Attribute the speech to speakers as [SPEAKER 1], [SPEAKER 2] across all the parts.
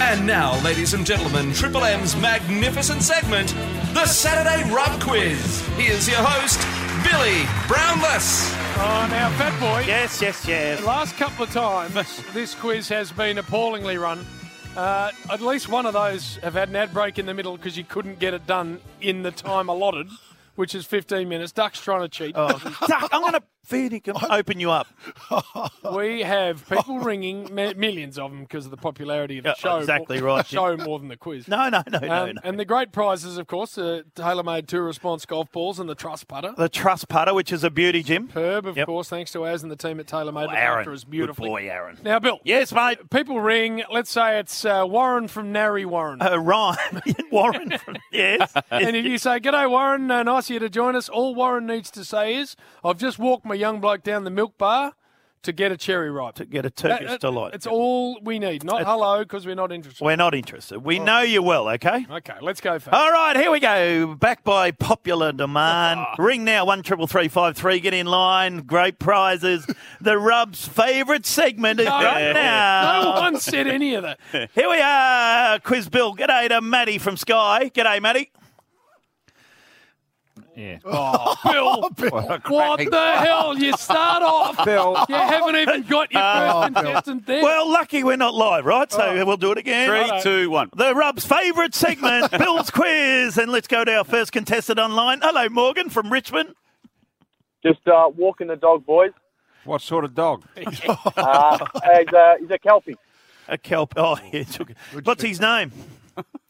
[SPEAKER 1] And now, ladies and gentlemen, Triple M's magnificent segment, the Saturday Rub Quiz. Here's your host, Billy Brownless.
[SPEAKER 2] Oh, now, Fat Boy,
[SPEAKER 3] Yes, yes,
[SPEAKER 2] the
[SPEAKER 3] yes.
[SPEAKER 2] last couple of times this quiz has been appallingly run. Uh, at least one of those have had an ad break in the middle because you couldn't get it done in the time allotted, which is 15 minutes. Duck's trying to cheat.
[SPEAKER 3] Oh. Duck, I'm going to feed you, open you up.
[SPEAKER 2] We have people ringing, mi- millions of them because of the popularity of the
[SPEAKER 3] Yeah,
[SPEAKER 2] show.
[SPEAKER 3] exactly
[SPEAKER 2] more,
[SPEAKER 3] right,
[SPEAKER 2] Show more than the quiz.
[SPEAKER 3] No, no, no, no,
[SPEAKER 2] Um,
[SPEAKER 3] no.
[SPEAKER 2] And the great prizes, of course, the tailor-made two response golf balls and the trust putter.
[SPEAKER 3] The truss putter, which is a beauty, Jim.
[SPEAKER 2] Herb, of
[SPEAKER 3] Yep. Oh,
[SPEAKER 2] course, thanks to Az and the team at TaylorMade. looked
[SPEAKER 3] Aaron,
[SPEAKER 2] after us
[SPEAKER 3] good
[SPEAKER 2] beautifully.
[SPEAKER 3] boy, Aaron.
[SPEAKER 2] Now, Bill,
[SPEAKER 3] Yes, mate.
[SPEAKER 2] people ring. Let's say it's uh, Warren from Narry Warren.
[SPEAKER 3] Uh, Ryan Warren. From, yes.
[SPEAKER 2] and if you say, G'day, Warren, uh, nice of you to join us, all Warren needs to say is, I've just walked my young bloke down the milk bar to get a cherry ripe.
[SPEAKER 3] Get a Turkish
[SPEAKER 2] That-
[SPEAKER 3] delight.
[SPEAKER 2] It's all we need, not hello, because we're not interested.
[SPEAKER 3] We're not interested. We know you well, Oh! okay?
[SPEAKER 2] Okay, let's go for
[SPEAKER 3] All right, here we go. Back by popular demand.
[SPEAKER 2] Ah.
[SPEAKER 3] Ring now one triple three five three. Get in line. Great prizes. The Rub's favourite segment is right now.
[SPEAKER 2] No one said any of that.
[SPEAKER 3] Here we are, Quiz Bill. G'day to Maddie from Sky. G'day, Maddie.
[SPEAKER 2] Oh, Bill, what the hell? You start off.
[SPEAKER 4] Bill. Oh,
[SPEAKER 2] You haven't even got your first
[SPEAKER 4] Bill.
[SPEAKER 2] contestant there.
[SPEAKER 3] Well, lucky we're not live, right? So we'll do it again.
[SPEAKER 5] Three, two, one.
[SPEAKER 3] The Rub's favourite segment, Bill's Quiz. And let's go to our first contestant online. Hello, Morgan from Richmond.
[SPEAKER 6] Just uh, walking the dog, boys.
[SPEAKER 4] What sort of dog?
[SPEAKER 6] Uh, he's, a, he's a Kelpie.
[SPEAKER 3] A kelp. Oh, yeah. took it. What's his name?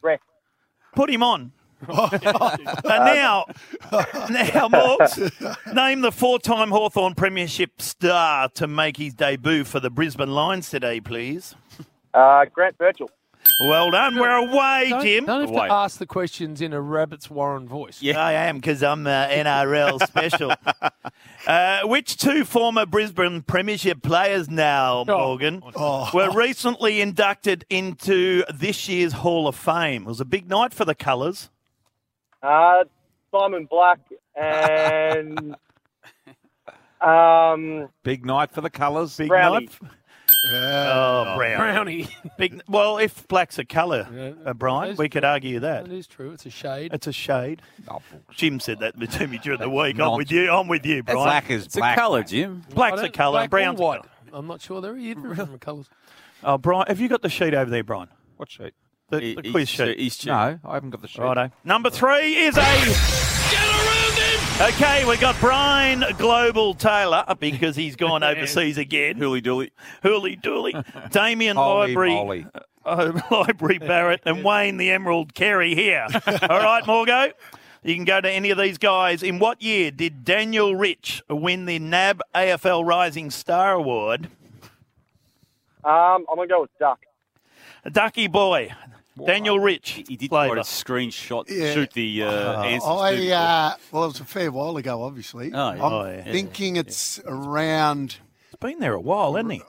[SPEAKER 6] Rex.
[SPEAKER 3] Put him on. and now, now, Morgs, name the four-time Hawthorn Premiership star to make his debut for the Brisbane Lions today, please.
[SPEAKER 6] Uh, Grant Birchall.
[SPEAKER 3] Well done. We're away,
[SPEAKER 2] don't,
[SPEAKER 3] Jim.
[SPEAKER 2] don't have
[SPEAKER 5] Wait.
[SPEAKER 2] to ask the questions in a rabbit's Warren voice.
[SPEAKER 5] Yeah.
[SPEAKER 3] I am because I'm uh, NRL special. Uh, which two former Brisbane Premiership players now,
[SPEAKER 2] Oh.
[SPEAKER 3] Morgan, were recently inducted into this year's Hall of Fame? It was a big night for the colours.
[SPEAKER 6] Uh, Simon Black and um,
[SPEAKER 4] Big night for the colours. Big
[SPEAKER 6] Brownie.
[SPEAKER 3] Oh, Brown.
[SPEAKER 2] Brownie.
[SPEAKER 3] Big, well, if black's a colour, uh, Brian,
[SPEAKER 2] Is-
[SPEAKER 3] we could argue that.
[SPEAKER 2] that is true. It's a shade.
[SPEAKER 3] It's a shade. Jim said that to me during the week. I'm
[SPEAKER 4] not-
[SPEAKER 3] with you. I'm with you, Brian.
[SPEAKER 4] Black is
[SPEAKER 5] It's a
[SPEAKER 4] black.
[SPEAKER 5] colour, Jim.
[SPEAKER 3] Black's
[SPEAKER 2] I
[SPEAKER 3] a
[SPEAKER 2] don't-
[SPEAKER 3] colour.
[SPEAKER 2] black or
[SPEAKER 3] brown's a
[SPEAKER 2] white.
[SPEAKER 3] colour.
[SPEAKER 2] I'm not sure there are either of them colours.
[SPEAKER 3] Oh, Brian, have you got the sheet over there, Brian?
[SPEAKER 4] What sheet?
[SPEAKER 3] The,
[SPEAKER 5] He-
[SPEAKER 3] the
[SPEAKER 5] he's
[SPEAKER 3] quiz
[SPEAKER 5] che-
[SPEAKER 3] sheet.
[SPEAKER 5] He's che-
[SPEAKER 4] No, I haven't got the sheet.
[SPEAKER 3] Righto. Number three is a. Okay, we got Brian Global Taylor because he's gone overseas again.
[SPEAKER 5] Hooly dooly.
[SPEAKER 3] Hooly dooly. Damien
[SPEAKER 4] Holy
[SPEAKER 3] Library.
[SPEAKER 4] moly.
[SPEAKER 3] uh, Library Barrett and Wayne the Emerald Carey here. All right, Morgo. You can go to any of these guys. In what year did Daniel Rich win the NAB AFL Rising Star Award?
[SPEAKER 6] Um, I'm going to go with Duck.
[SPEAKER 3] Ducky Boy, Daniel Rich.
[SPEAKER 5] He did try
[SPEAKER 3] flavour.
[SPEAKER 5] to screenshot,
[SPEAKER 7] Yeah. Ah,
[SPEAKER 5] shoot the uh, answers.
[SPEAKER 7] I
[SPEAKER 5] too.
[SPEAKER 7] uh, well, it was a fair while ago, obviously.
[SPEAKER 5] Oh, yeah.
[SPEAKER 7] I'm
[SPEAKER 3] Oh, yeah.
[SPEAKER 7] thinking it's around.
[SPEAKER 3] He's been there a while, hasn't he?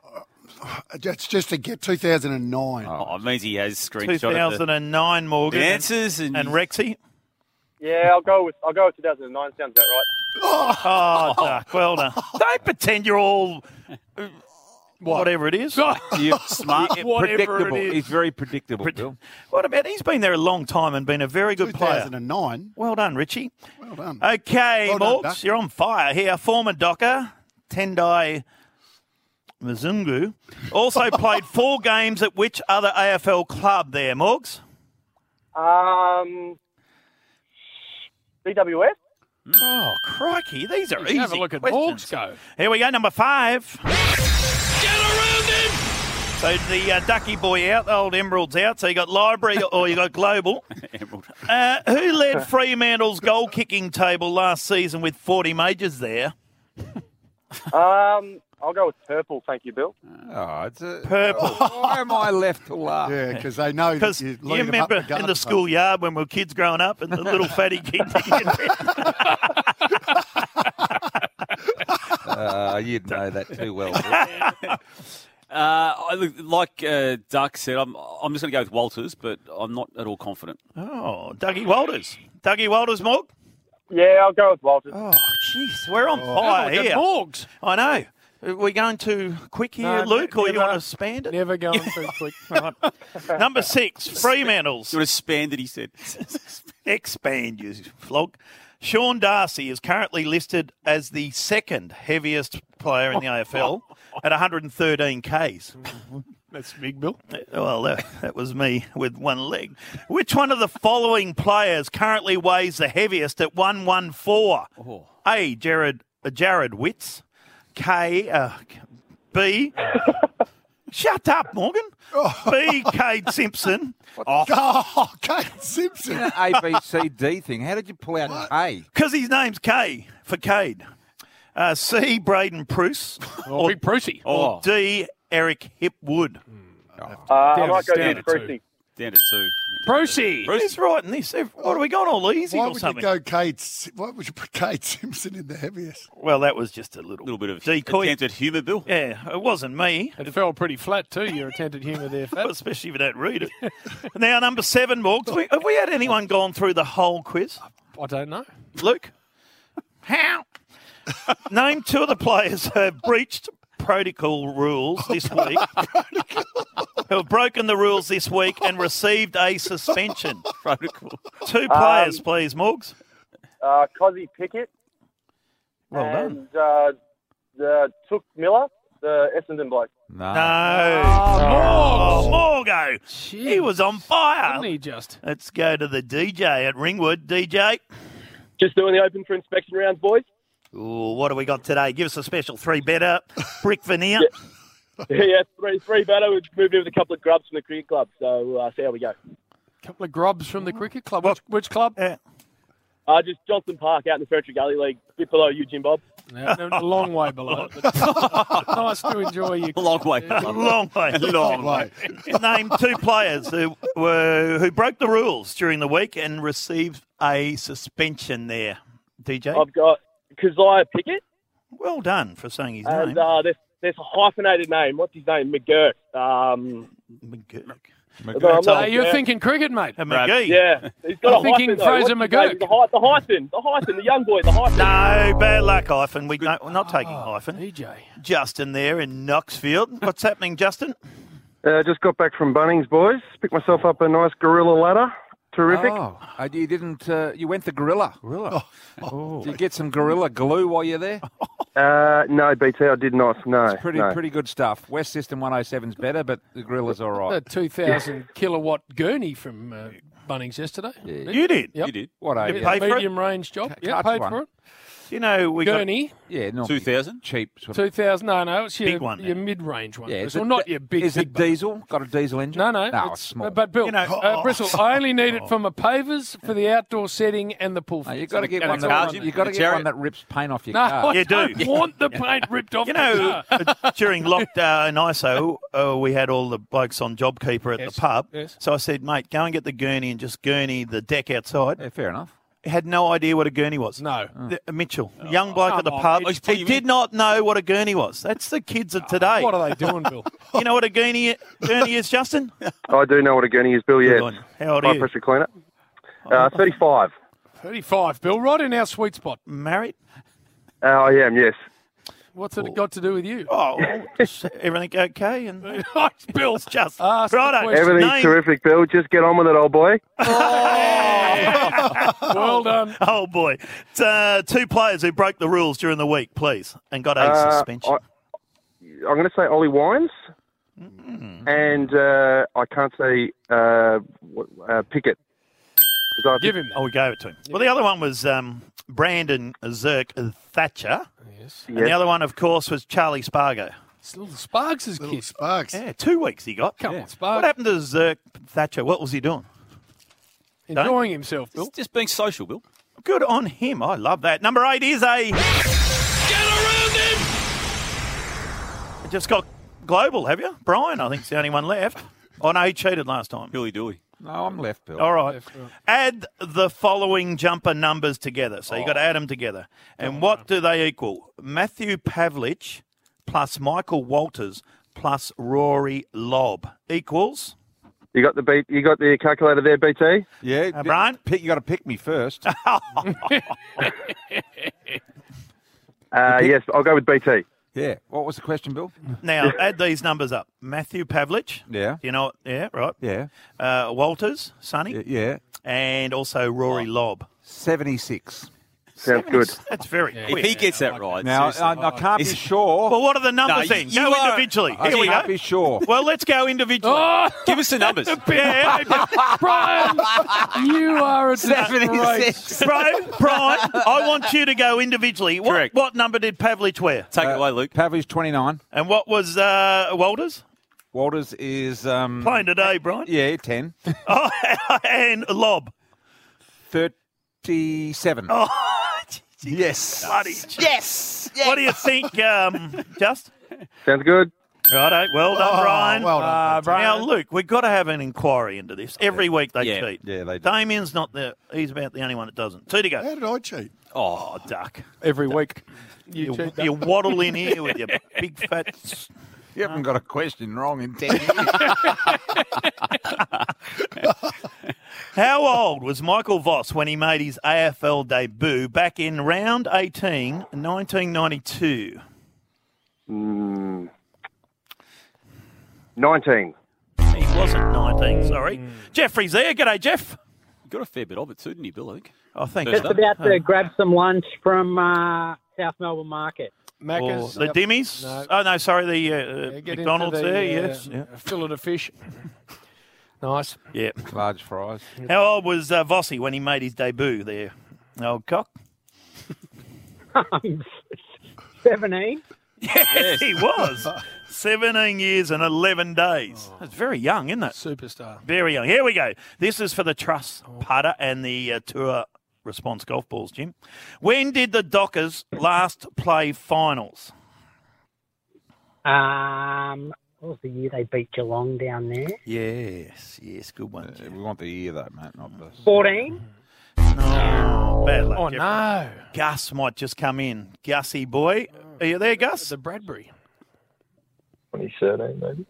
[SPEAKER 7] It's just to get 2009.
[SPEAKER 5] oh, it means he has screenshot the,
[SPEAKER 3] 2009, Morgan.
[SPEAKER 5] the answers and,
[SPEAKER 3] And Rexy.
[SPEAKER 6] Yeah, I'll go with I'll go with 2009. Sounds about right.
[SPEAKER 3] Oh, Duck, well done. Don't pretend you're all uh, whatever it is.
[SPEAKER 4] You're
[SPEAKER 5] smart.
[SPEAKER 4] predictable.
[SPEAKER 2] it is.
[SPEAKER 4] He's very predictable,
[SPEAKER 3] Pred-
[SPEAKER 4] Bill.
[SPEAKER 3] What about he's been there a long time and been a very good player.
[SPEAKER 7] 2009.
[SPEAKER 3] Well done, Richie.
[SPEAKER 7] Well done.
[SPEAKER 3] Okay,
[SPEAKER 7] Well done,
[SPEAKER 3] Morgs,
[SPEAKER 7] Duck.
[SPEAKER 3] you're on fire here. Former Docker, Tendai Mzungu, also played four games at which other AFL club there, Morgs?
[SPEAKER 6] Um, BWS.
[SPEAKER 3] Oh, crikey, these are easy
[SPEAKER 2] Have a look at
[SPEAKER 3] questions.
[SPEAKER 2] Morgs go.
[SPEAKER 3] Here we go, number five. Get around him! So the uh, Ducky boy out, the old Emerald's out, so you got Library or you got Global.
[SPEAKER 5] Emerald.
[SPEAKER 3] Uh, who led Fremantle's goal kicking table last season with 40 majors there?
[SPEAKER 6] Um, I'll go with Purple. Thank you, Bill.
[SPEAKER 4] Oh, it's a,
[SPEAKER 3] Purple.
[SPEAKER 4] Why am I left to laugh?
[SPEAKER 7] Yeah, because they know that
[SPEAKER 3] Because
[SPEAKER 7] you
[SPEAKER 3] you,
[SPEAKER 7] lead 'em up
[SPEAKER 3] remember
[SPEAKER 7] the
[SPEAKER 3] in
[SPEAKER 7] garden
[SPEAKER 3] the
[SPEAKER 7] path.
[SPEAKER 3] schoolyard when we were kids growing up and the little fatty kid.
[SPEAKER 4] Uh, you'd know that too well.
[SPEAKER 5] Uh, I look, like uh, Duck said, I'm, I'm just going to go with Walters, but I'm not at all confident.
[SPEAKER 3] oh, Dougie Walters. Dougie Walters, Morg.
[SPEAKER 6] Yeah, I'll go with Walters.
[SPEAKER 3] Oh, jeez. We're on
[SPEAKER 2] Have a
[SPEAKER 3] fire
[SPEAKER 2] look at
[SPEAKER 3] here.
[SPEAKER 2] Morgs.
[SPEAKER 3] I know. Are we going too quick here,
[SPEAKER 2] No,
[SPEAKER 3] Luke, or you
[SPEAKER 2] never.
[SPEAKER 3] want to expand it?
[SPEAKER 2] Never going too quick.
[SPEAKER 3] Number six, Fremantle's.
[SPEAKER 5] You would expand it, he said.
[SPEAKER 3] Expand, you flog. Sean Darcy is currently listed as the second heaviest player in the AFL at 113 Ks.
[SPEAKER 2] That's big, Bill.
[SPEAKER 3] Well, that, that was me with one leg. Which one of the following players currently weighs the heaviest at 114?
[SPEAKER 2] Oh.
[SPEAKER 3] A. Jared uh, Jared Witz. K. Uh, B. Shut up, Morgan. B. Cade Simpson.
[SPEAKER 7] Oh, Kate Simpson.
[SPEAKER 4] A B C D thing. How did you pull out A?
[SPEAKER 3] Because his name's K for Cade. Uh, C. Braden Pruce.
[SPEAKER 2] Oh, big Brucey.
[SPEAKER 5] Oh,
[SPEAKER 3] D. Eric Hipwood.
[SPEAKER 6] Uh, I
[SPEAKER 2] Down
[SPEAKER 6] might
[SPEAKER 2] to
[SPEAKER 6] go down
[SPEAKER 2] standard
[SPEAKER 6] to
[SPEAKER 2] two.
[SPEAKER 6] Brucey.
[SPEAKER 5] down to two.
[SPEAKER 2] Brucey.
[SPEAKER 3] Who's writing this? What are we going all easy
[SPEAKER 7] Why
[SPEAKER 3] or
[SPEAKER 7] would you
[SPEAKER 3] something?
[SPEAKER 7] go Kate? Si- Why would you put Kate Simpson in the heaviest?
[SPEAKER 3] Well, that was just a little,
[SPEAKER 5] A little bit of
[SPEAKER 3] decoy.
[SPEAKER 5] attempted humour, Bill.
[SPEAKER 3] Yeah, it wasn't me.
[SPEAKER 2] It fell pretty flat too. Your attempted humour there, Fat.
[SPEAKER 3] especially if you don't read it. now, number seven, Morgs. We, have we had anyone gone through the whole quiz?
[SPEAKER 2] I don't know.
[SPEAKER 3] Luke? How? Name two of the players who have breached protocol rules this week, who have broken the rules this week and received a suspension.
[SPEAKER 5] Protocol.
[SPEAKER 3] Two players, please, Morgs.
[SPEAKER 6] Uh, Cozzy Pickett
[SPEAKER 3] Well done.
[SPEAKER 6] and uh, the Took Miller, the Essendon bloke.
[SPEAKER 4] No.
[SPEAKER 3] No. Oh, Morgo. He was on
[SPEAKER 2] Didn't
[SPEAKER 3] fire.
[SPEAKER 2] he just?
[SPEAKER 3] Let's go to the DJ at Ringwood. DJ.
[SPEAKER 6] Just doing the open for inspection rounds, boys.
[SPEAKER 3] Ooh, what do we got today? Give us a special three better brick veneer.
[SPEAKER 6] yeah, three three better. We've moved in with a couple of grubs from the cricket club, so uh, see how we go.
[SPEAKER 2] A couple of grubs from the cricket club. Which, which club?
[SPEAKER 3] Yeah.
[SPEAKER 6] Uh, just Johnson Park out in the Ferntree Gully League, bit below you, Jim Bob.
[SPEAKER 2] No, no, a long way below. it, but nice to enjoy you.
[SPEAKER 5] A long way.
[SPEAKER 3] Long way.
[SPEAKER 5] long way.
[SPEAKER 3] Name two players who were who broke the rules during the week and received a suspension there. DJ,
[SPEAKER 6] I've got Keziah Pickett,
[SPEAKER 3] well done for saying his
[SPEAKER 6] and
[SPEAKER 3] name.
[SPEAKER 6] uh, there's, there's a hyphenated name. What's his name? McGurk. Um,
[SPEAKER 3] McGurk.
[SPEAKER 6] although I'm
[SPEAKER 3] So
[SPEAKER 6] not-
[SPEAKER 2] Hey, you're
[SPEAKER 6] yeah,
[SPEAKER 2] thinking cricket, mate.
[SPEAKER 3] Uh, McGee.
[SPEAKER 6] Yeah, he's got
[SPEAKER 2] I'm
[SPEAKER 6] a
[SPEAKER 2] thinking
[SPEAKER 6] hyphen, though. What's
[SPEAKER 2] Fraser
[SPEAKER 6] his name?
[SPEAKER 2] McGurk.
[SPEAKER 6] The, hy- the hyphen, the hyphen, the young boy, the hyphen.
[SPEAKER 3] No, bad luck, Hyphen. We don't, we're not taking
[SPEAKER 2] Ah,
[SPEAKER 3] Hyphen.
[SPEAKER 2] DJ.
[SPEAKER 3] Justin there in Knoxville. What's happening, Justin?
[SPEAKER 8] Uh, just got back from Bunnings, boys. Picked myself up a nice gorilla ladder. Terrific.
[SPEAKER 4] Oh, uh, you didn't. Uh, you went the gorilla. Gorilla. Did you get some gorilla glue while you're there?
[SPEAKER 8] Uh, no, BT, I did not. No,
[SPEAKER 4] Pretty,
[SPEAKER 8] no.
[SPEAKER 4] pretty good stuff. West System 107's better, but the gorilla's all
[SPEAKER 2] A
[SPEAKER 4] right.
[SPEAKER 2] 2,000 kilowatt gurney from uh, Bunnings yesterday.
[SPEAKER 3] You did.
[SPEAKER 2] Yep.
[SPEAKER 5] You did.
[SPEAKER 4] What a
[SPEAKER 3] Pay for it?
[SPEAKER 2] Medium range job. Yeah,
[SPEAKER 4] Clutch
[SPEAKER 2] paid
[SPEAKER 4] one.
[SPEAKER 2] for it.
[SPEAKER 3] You know we got
[SPEAKER 2] Gurney,
[SPEAKER 4] yeah, not
[SPEAKER 5] 2,000?
[SPEAKER 4] cheap. Sort of.
[SPEAKER 2] 2,000. No, no, it's your,
[SPEAKER 3] Big one,
[SPEAKER 2] your
[SPEAKER 3] then.
[SPEAKER 2] mid-range one.
[SPEAKER 4] Yeah,
[SPEAKER 2] Bristol, not your big,
[SPEAKER 4] Is
[SPEAKER 2] big
[SPEAKER 4] it
[SPEAKER 2] one.
[SPEAKER 4] diesel? Got a diesel engine?
[SPEAKER 2] No, no.
[SPEAKER 4] no, it's, small.
[SPEAKER 2] But Bill,
[SPEAKER 3] You know- oh,
[SPEAKER 2] uh, Bristol, I only need it for my pavers, for the outdoor setting, and the pool.
[SPEAKER 4] No,
[SPEAKER 2] fence.
[SPEAKER 4] you got to get
[SPEAKER 5] And
[SPEAKER 4] one.
[SPEAKER 5] the
[SPEAKER 4] That,
[SPEAKER 5] cars,
[SPEAKER 4] you got to
[SPEAKER 5] the
[SPEAKER 4] get one
[SPEAKER 5] chariot.
[SPEAKER 4] that rips paint off your
[SPEAKER 2] No,
[SPEAKER 4] car.
[SPEAKER 2] I
[SPEAKER 3] You do.
[SPEAKER 2] don't want the paint ripped off.
[SPEAKER 3] You
[SPEAKER 2] the
[SPEAKER 3] know,
[SPEAKER 2] car.
[SPEAKER 3] uh, during lockdown, ISO, uh, we had all the blokes on JobKeeper at
[SPEAKER 2] Yes,
[SPEAKER 3] the pub.
[SPEAKER 2] yes.
[SPEAKER 3] So I said, mate, go and get the gurney and just gurney the deck outside.
[SPEAKER 4] Yeah, fair enough.
[SPEAKER 3] Had no idea what a gurney was.
[SPEAKER 2] No.
[SPEAKER 3] The- uh, Mitchell,
[SPEAKER 8] Oh.
[SPEAKER 3] young bloke at the
[SPEAKER 2] come on,
[SPEAKER 3] pub,
[SPEAKER 5] Mitch,
[SPEAKER 3] he
[SPEAKER 5] you
[SPEAKER 3] did
[SPEAKER 5] mean-
[SPEAKER 3] not know what a gurney was. That's the kids of today.
[SPEAKER 2] What are they doing, Bill?
[SPEAKER 3] you know what a gurney, gurney is, Justin?
[SPEAKER 8] I do know what a gurney is, Bill.
[SPEAKER 3] Good
[SPEAKER 8] Yes.
[SPEAKER 3] on you. How old are
[SPEAKER 8] High
[SPEAKER 3] you?
[SPEAKER 8] pressure cleaner. Uh, Thirty-five.
[SPEAKER 2] 35, Bill, right in our sweet spot.
[SPEAKER 3] Married?
[SPEAKER 8] Uh, I am. Yes.
[SPEAKER 2] What's it got to do with you?
[SPEAKER 3] Oh, everything okay? And
[SPEAKER 2] Bill,
[SPEAKER 3] just
[SPEAKER 2] Ask the
[SPEAKER 3] righto.
[SPEAKER 2] question.
[SPEAKER 8] Everything's
[SPEAKER 3] Name-
[SPEAKER 8] terrific, Bill. Just get on with it, old boy.
[SPEAKER 2] well done.
[SPEAKER 3] Oh boy, It's, uh, two players who broke the rules during the week, please, and got a
[SPEAKER 8] Uh,
[SPEAKER 3] suspension.
[SPEAKER 8] I, I'm going to say Ollie Wines, and uh, I can't say uh, what- uh, Pickett. 'Cause I
[SPEAKER 2] Give
[SPEAKER 8] think-
[SPEAKER 2] him that.
[SPEAKER 3] Oh, we gave it to him. Well, the other one was um, Brandon Zirk Thatcher. And the
[SPEAKER 8] Yes.
[SPEAKER 3] other one, of course, was Charlie Spargo.
[SPEAKER 2] It's little Sparks'
[SPEAKER 7] Little
[SPEAKER 2] kid.
[SPEAKER 7] sparks.
[SPEAKER 3] Yeah, two weeks he got.
[SPEAKER 2] Come on,
[SPEAKER 3] What
[SPEAKER 2] Sparks.
[SPEAKER 3] happened to Zirk Thatcher? What was he doing?
[SPEAKER 2] Enjoying himself, Bill.
[SPEAKER 5] It's just being social, Bill.
[SPEAKER 3] Good on him. I love that. Number eight is a.
[SPEAKER 1] Get around him!
[SPEAKER 3] Just got global, have you? Brian, I think's the only one left. Oh, no, he cheated last time.
[SPEAKER 5] Billy Dooey.
[SPEAKER 4] No, I'm left, Bill.
[SPEAKER 3] All right. Add the following jumper numbers together. So you got to add them together. And what do they equal? Matthew Pavlich plus Michael Walters plus Rory Lobb equals.
[SPEAKER 8] You got the beat. You got the calculator there, BT.
[SPEAKER 4] Yeah,
[SPEAKER 3] Uh, Brian?
[SPEAKER 4] Pick, you got to pick me first.
[SPEAKER 8] Uh, yes, I'll go with BT.
[SPEAKER 4] Yeah. What was the question, Bill?
[SPEAKER 3] Now, add these numbers up. Matthew Pavlich.
[SPEAKER 4] Yeah.
[SPEAKER 3] You know, yeah, right.
[SPEAKER 4] Yeah.
[SPEAKER 3] Uh, Walters, Sonny,
[SPEAKER 4] Y- Yeah.
[SPEAKER 3] and also Rory
[SPEAKER 5] Oh.
[SPEAKER 3] Lobb.
[SPEAKER 4] 76.
[SPEAKER 8] Sounds good.
[SPEAKER 3] That's very
[SPEAKER 5] If
[SPEAKER 3] quick.
[SPEAKER 5] he gets that right,
[SPEAKER 4] Now, uh,
[SPEAKER 5] seriously.
[SPEAKER 4] I, I can't be
[SPEAKER 5] Is-
[SPEAKER 4] sure.
[SPEAKER 3] Well, what are the numbers
[SPEAKER 5] No,
[SPEAKER 3] then?
[SPEAKER 5] you
[SPEAKER 3] Go
[SPEAKER 5] are-
[SPEAKER 3] individually.
[SPEAKER 4] I
[SPEAKER 3] Here we
[SPEAKER 4] can't
[SPEAKER 3] go.
[SPEAKER 4] be sure.
[SPEAKER 3] Well, let's go individually.
[SPEAKER 5] give us the numbers.
[SPEAKER 3] Yeah,
[SPEAKER 2] Brian, you are a disgrace.
[SPEAKER 3] Brian, Brian, I want you to go individually. What,
[SPEAKER 5] Correct.
[SPEAKER 3] what number did Pavlich wear?
[SPEAKER 5] Take it
[SPEAKER 4] Uh,
[SPEAKER 5] away, Luke.
[SPEAKER 4] Pavlich, 29.
[SPEAKER 3] And what was uh, Walters?
[SPEAKER 4] Walters is. Um,
[SPEAKER 3] Playing today, Brian.
[SPEAKER 4] Yeah, 10.
[SPEAKER 3] Oh, and Lob.
[SPEAKER 4] 37.
[SPEAKER 3] Oh,
[SPEAKER 4] yes.
[SPEAKER 3] bloody. Yes. What do you think, um, Just?
[SPEAKER 8] Sounds good.
[SPEAKER 3] Righto. Well done, Brian.
[SPEAKER 7] well done.
[SPEAKER 2] Uh, Brian,
[SPEAKER 3] Now, Luke, we've got to have an inquiry into this. Every week they
[SPEAKER 5] Yeah.
[SPEAKER 3] cheat.
[SPEAKER 4] Yeah, they do.
[SPEAKER 3] Damien's not the. He's about the only one that doesn't. Two to go.
[SPEAKER 7] How did I cheat?
[SPEAKER 3] Oh, duck.
[SPEAKER 2] every week. You
[SPEAKER 3] You,
[SPEAKER 2] cheat.
[SPEAKER 3] you waddle in here with your big fat. s-
[SPEAKER 4] You haven't got a question wrong in 10 years.
[SPEAKER 3] How old was Michael Voss when he made his AFL debut back in round 18, 1992?
[SPEAKER 8] 19.
[SPEAKER 3] He wasn't 19, sorry. Jeffrey's there. G'day, Jeff.
[SPEAKER 5] You got a fair bit of it too, didn't you, Bill? I think.
[SPEAKER 3] Oh, thank
[SPEAKER 5] Just
[SPEAKER 3] you.
[SPEAKER 5] about
[SPEAKER 9] About to grab some lunch from uh, South Melbourne Market.
[SPEAKER 3] Or
[SPEAKER 2] Macca's.
[SPEAKER 3] the
[SPEAKER 2] Yep.
[SPEAKER 3] Dimmies.
[SPEAKER 2] No.
[SPEAKER 3] Oh, no, sorry, the uh, uh,
[SPEAKER 2] Yeah, get into
[SPEAKER 3] McDonald's
[SPEAKER 2] the,
[SPEAKER 3] there,
[SPEAKER 2] uh,
[SPEAKER 3] yes. Yeah.
[SPEAKER 2] Fillet of fish. nice.
[SPEAKER 3] yeah.
[SPEAKER 4] Large fries.
[SPEAKER 3] How old was uh, Vossi when he made his debut there? Old cock.
[SPEAKER 9] I'm 17.
[SPEAKER 3] Yes, he was. 17 years and 11 days. That's very young, isn't it?
[SPEAKER 2] Superstar.
[SPEAKER 3] Very young. Here we go. This is for the Trust putter and the uh, Tour Response golf balls, Jim. When did the Dockers last play finals?
[SPEAKER 9] Um, what was the year they beat Geelong down there?
[SPEAKER 3] Yes, yes, good one.
[SPEAKER 4] Uh, We want the year, though, mate, not the.
[SPEAKER 9] 14.
[SPEAKER 3] No, bad luck.
[SPEAKER 2] Oh,
[SPEAKER 3] Jeff.
[SPEAKER 2] no.
[SPEAKER 3] Gus might just come in. Gussie boy. Are you there, Gus?
[SPEAKER 2] The Bradbury.
[SPEAKER 6] 2013, maybe.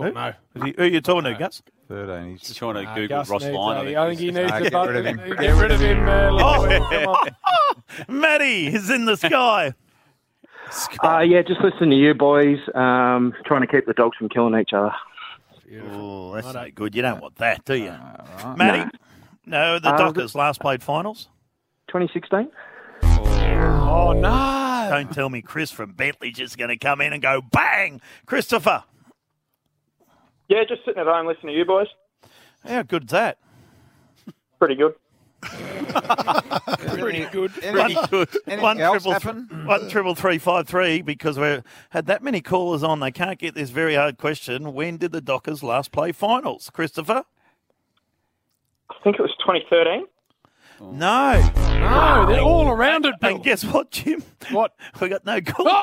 [SPEAKER 2] Oh, no.
[SPEAKER 3] Is he- Who are you talking to, Gus?
[SPEAKER 4] 13.
[SPEAKER 5] He's
[SPEAKER 4] He's
[SPEAKER 5] trying to
[SPEAKER 2] Uh,
[SPEAKER 5] Google
[SPEAKER 2] Gus
[SPEAKER 5] Ross
[SPEAKER 2] needs
[SPEAKER 5] Lyon.
[SPEAKER 2] a-
[SPEAKER 5] I
[SPEAKER 2] I
[SPEAKER 5] think.
[SPEAKER 2] think he
[SPEAKER 5] he's-
[SPEAKER 2] needs
[SPEAKER 4] Ah,
[SPEAKER 2] to
[SPEAKER 4] get
[SPEAKER 2] vote.
[SPEAKER 4] rid of him.
[SPEAKER 2] Get rid of him. Uh, Lachlan. Come on.
[SPEAKER 3] Matty is in the sky.
[SPEAKER 8] Uh, yeah, just listen to you boys. Um, trying to keep the dogs from killing each other.
[SPEAKER 3] Oh, that's not good. You don't want that, do you? Matty? No, the
[SPEAKER 8] Uh,
[SPEAKER 3] Dockers last played finals.
[SPEAKER 8] 2016?
[SPEAKER 2] Oh, no.
[SPEAKER 3] Don't tell me Chris from Bentley's just going to come in and go bang. Christopher,
[SPEAKER 6] Yeah, just sitting at home listening to you boys.
[SPEAKER 3] how good's that?
[SPEAKER 6] Pretty good.
[SPEAKER 4] pretty good. Anything
[SPEAKER 3] One
[SPEAKER 4] else
[SPEAKER 3] triple,
[SPEAKER 4] happen?
[SPEAKER 3] one triple three five three because we had that many callers on. They can't get this very hard question. When did the Dockers last play finals, Christopher?
[SPEAKER 6] I think it was 2013.
[SPEAKER 3] No.
[SPEAKER 2] No, they're all around it, Bill.
[SPEAKER 3] And guess what, Jim?
[SPEAKER 2] What?
[SPEAKER 3] We got no call.
[SPEAKER 2] Oh!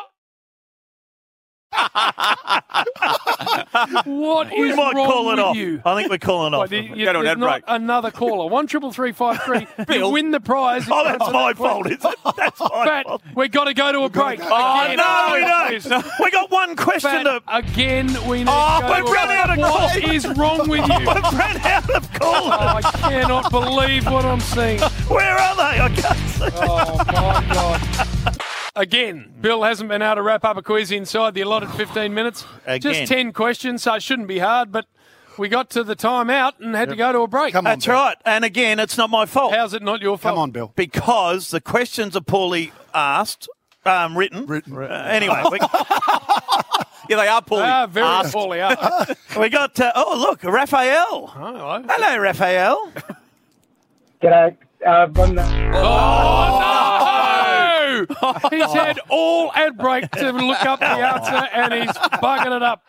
[SPEAKER 2] what
[SPEAKER 3] we
[SPEAKER 2] is
[SPEAKER 3] might
[SPEAKER 2] wrong
[SPEAKER 3] call
[SPEAKER 2] with
[SPEAKER 3] it off.
[SPEAKER 2] you?
[SPEAKER 3] I think we're calling off.
[SPEAKER 2] Like, you, you,
[SPEAKER 5] Go to an
[SPEAKER 2] there's
[SPEAKER 5] ad
[SPEAKER 2] not
[SPEAKER 5] break.
[SPEAKER 2] another caller. One triple three five three. You win the prize.
[SPEAKER 3] Oh, that's my fault, is it? That's my
[SPEAKER 2] Fat,
[SPEAKER 3] fault.
[SPEAKER 2] we got to go to a break.
[SPEAKER 3] Oh,
[SPEAKER 2] Again.
[SPEAKER 3] no, we
[SPEAKER 2] Please.
[SPEAKER 3] don't. We got one question
[SPEAKER 2] Fat,
[SPEAKER 3] to.
[SPEAKER 2] again, we need
[SPEAKER 3] Oh,
[SPEAKER 2] to go
[SPEAKER 3] we're
[SPEAKER 2] to
[SPEAKER 3] running out
[SPEAKER 2] a
[SPEAKER 3] of
[SPEAKER 2] break. What
[SPEAKER 3] calls. Oh,
[SPEAKER 2] is wrong with you? Oh,
[SPEAKER 3] We've ran out of callers.
[SPEAKER 2] I cannot believe what I'm seeing.
[SPEAKER 3] Where are they? I can't see.
[SPEAKER 2] Oh, my God. Again, Bill hasn't been able to wrap up a quiz inside the allotted 15 minutes.
[SPEAKER 3] Again.
[SPEAKER 2] Just 10 questions, so it shouldn't be hard, but we got to the timeout and had to go to a break.
[SPEAKER 7] Come on,
[SPEAKER 3] That's right. And again, it's not my fault.
[SPEAKER 2] How's it not your fault?
[SPEAKER 7] Come on, Bill.
[SPEAKER 3] because the questions are poorly asked, um, written.
[SPEAKER 7] Written.
[SPEAKER 3] Uh, anyway, we,
[SPEAKER 5] Yeah, they are poorly.
[SPEAKER 2] Ah, very poorly asked.
[SPEAKER 3] we got. Uh, oh, look, Raphael.
[SPEAKER 2] Hello.
[SPEAKER 3] Hello, Raphael.
[SPEAKER 9] G'day. Uh, I'm
[SPEAKER 2] Oh, no! He's had all ad break to look up the answer and he's bugging it up.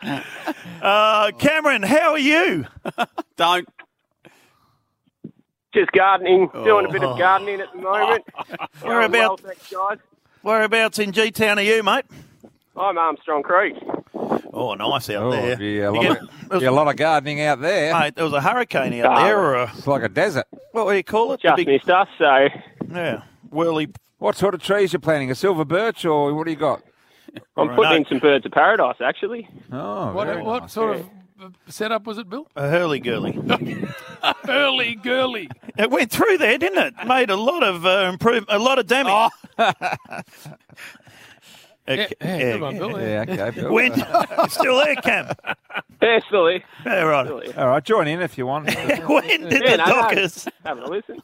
[SPEAKER 3] Uh, Cameron, how are you?
[SPEAKER 5] Don't.
[SPEAKER 6] Just gardening, doing a bit of gardening at the moment.
[SPEAKER 3] We're
[SPEAKER 6] Doing well,
[SPEAKER 3] Oh. about
[SPEAKER 6] thanks, guys.
[SPEAKER 3] whereabouts in G Town are you, mate?
[SPEAKER 6] I'm Armstrong Creek.
[SPEAKER 3] Oh, nice out
[SPEAKER 4] Oh,
[SPEAKER 3] there.
[SPEAKER 4] yeah,
[SPEAKER 3] You
[SPEAKER 4] a lot,
[SPEAKER 3] get-
[SPEAKER 4] of, yeah, a lot of gardening out there.
[SPEAKER 3] Mate, there was a hurricane out there, or a,
[SPEAKER 4] It's like a desert.
[SPEAKER 3] what do you call it? The
[SPEAKER 6] Just
[SPEAKER 3] big-
[SPEAKER 6] missed us, so
[SPEAKER 3] yeah, whirly.
[SPEAKER 4] What sort of trees you planting? A silver birch or what do you got?
[SPEAKER 6] I'm putting
[SPEAKER 3] no.
[SPEAKER 6] in some birds of paradise, actually.
[SPEAKER 4] Oh,
[SPEAKER 2] What,
[SPEAKER 4] very
[SPEAKER 2] what
[SPEAKER 4] nice.
[SPEAKER 2] sort of uh, setup was it, Bill?
[SPEAKER 3] A hurly gurly.
[SPEAKER 2] Early girly.
[SPEAKER 3] it went through there,
[SPEAKER 6] Oh.
[SPEAKER 3] didn't it? Made a lot of uh, improvement, a lot of damage. Okay.
[SPEAKER 2] yeah, good one, Bill, yeah.
[SPEAKER 4] Yeah, okay. Bill.
[SPEAKER 3] When, you still there, Cam?
[SPEAKER 6] Yeah, still here.
[SPEAKER 3] Yeah, right.
[SPEAKER 6] Still here.
[SPEAKER 4] All right, join in if you want.
[SPEAKER 3] When did the
[SPEAKER 6] Yeah, no, no.
[SPEAKER 3] Dockers
[SPEAKER 6] Have a listen.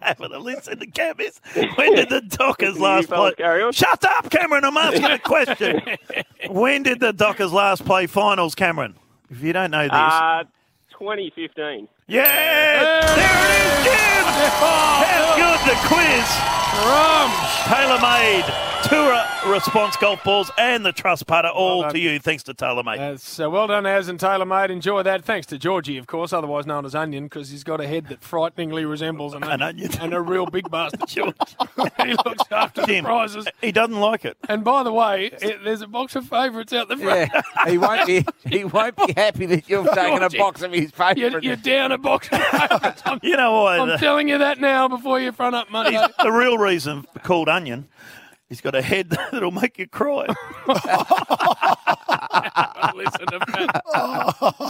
[SPEAKER 3] having a listen to Camis? When did the Dockers
[SPEAKER 6] You
[SPEAKER 3] last play?
[SPEAKER 6] fellas carry on.
[SPEAKER 3] Shut up, Cameron! I'm asking a question. when did the Dockers last play finals, Cameron? If you don't know this,
[SPEAKER 6] Uh, 2015.
[SPEAKER 3] yeah, there it is, Jim. How good the quiz.
[SPEAKER 2] Drums.
[SPEAKER 3] TaylorMade Tour Response golf balls and the Trust putter, all
[SPEAKER 2] done.
[SPEAKER 3] to you. Thanks to TaylorMade.
[SPEAKER 2] That's, uh, well done, Az and Taylor, mate. Enjoy that. Thanks to Georgie, of course, otherwise known as Onion, because he's got a head that frighteningly resembles an,
[SPEAKER 3] An onion.
[SPEAKER 2] and a real big bastard. George. he looks after
[SPEAKER 3] Jim,
[SPEAKER 2] the prizes.
[SPEAKER 3] he doesn't like it.
[SPEAKER 2] And by the way, it, there's a box of favourites out the front.
[SPEAKER 4] Yeah, he won't be. He won't be happy that you've taken a box of his
[SPEAKER 2] You're, you're
[SPEAKER 4] favourite.
[SPEAKER 2] down a box of favourites. I'm,
[SPEAKER 3] You know what?
[SPEAKER 2] I'm telling you that now before you front up Monday.
[SPEAKER 3] He's- the real reason called onion. He's got a head that'll make you cry.
[SPEAKER 2] Listen to that.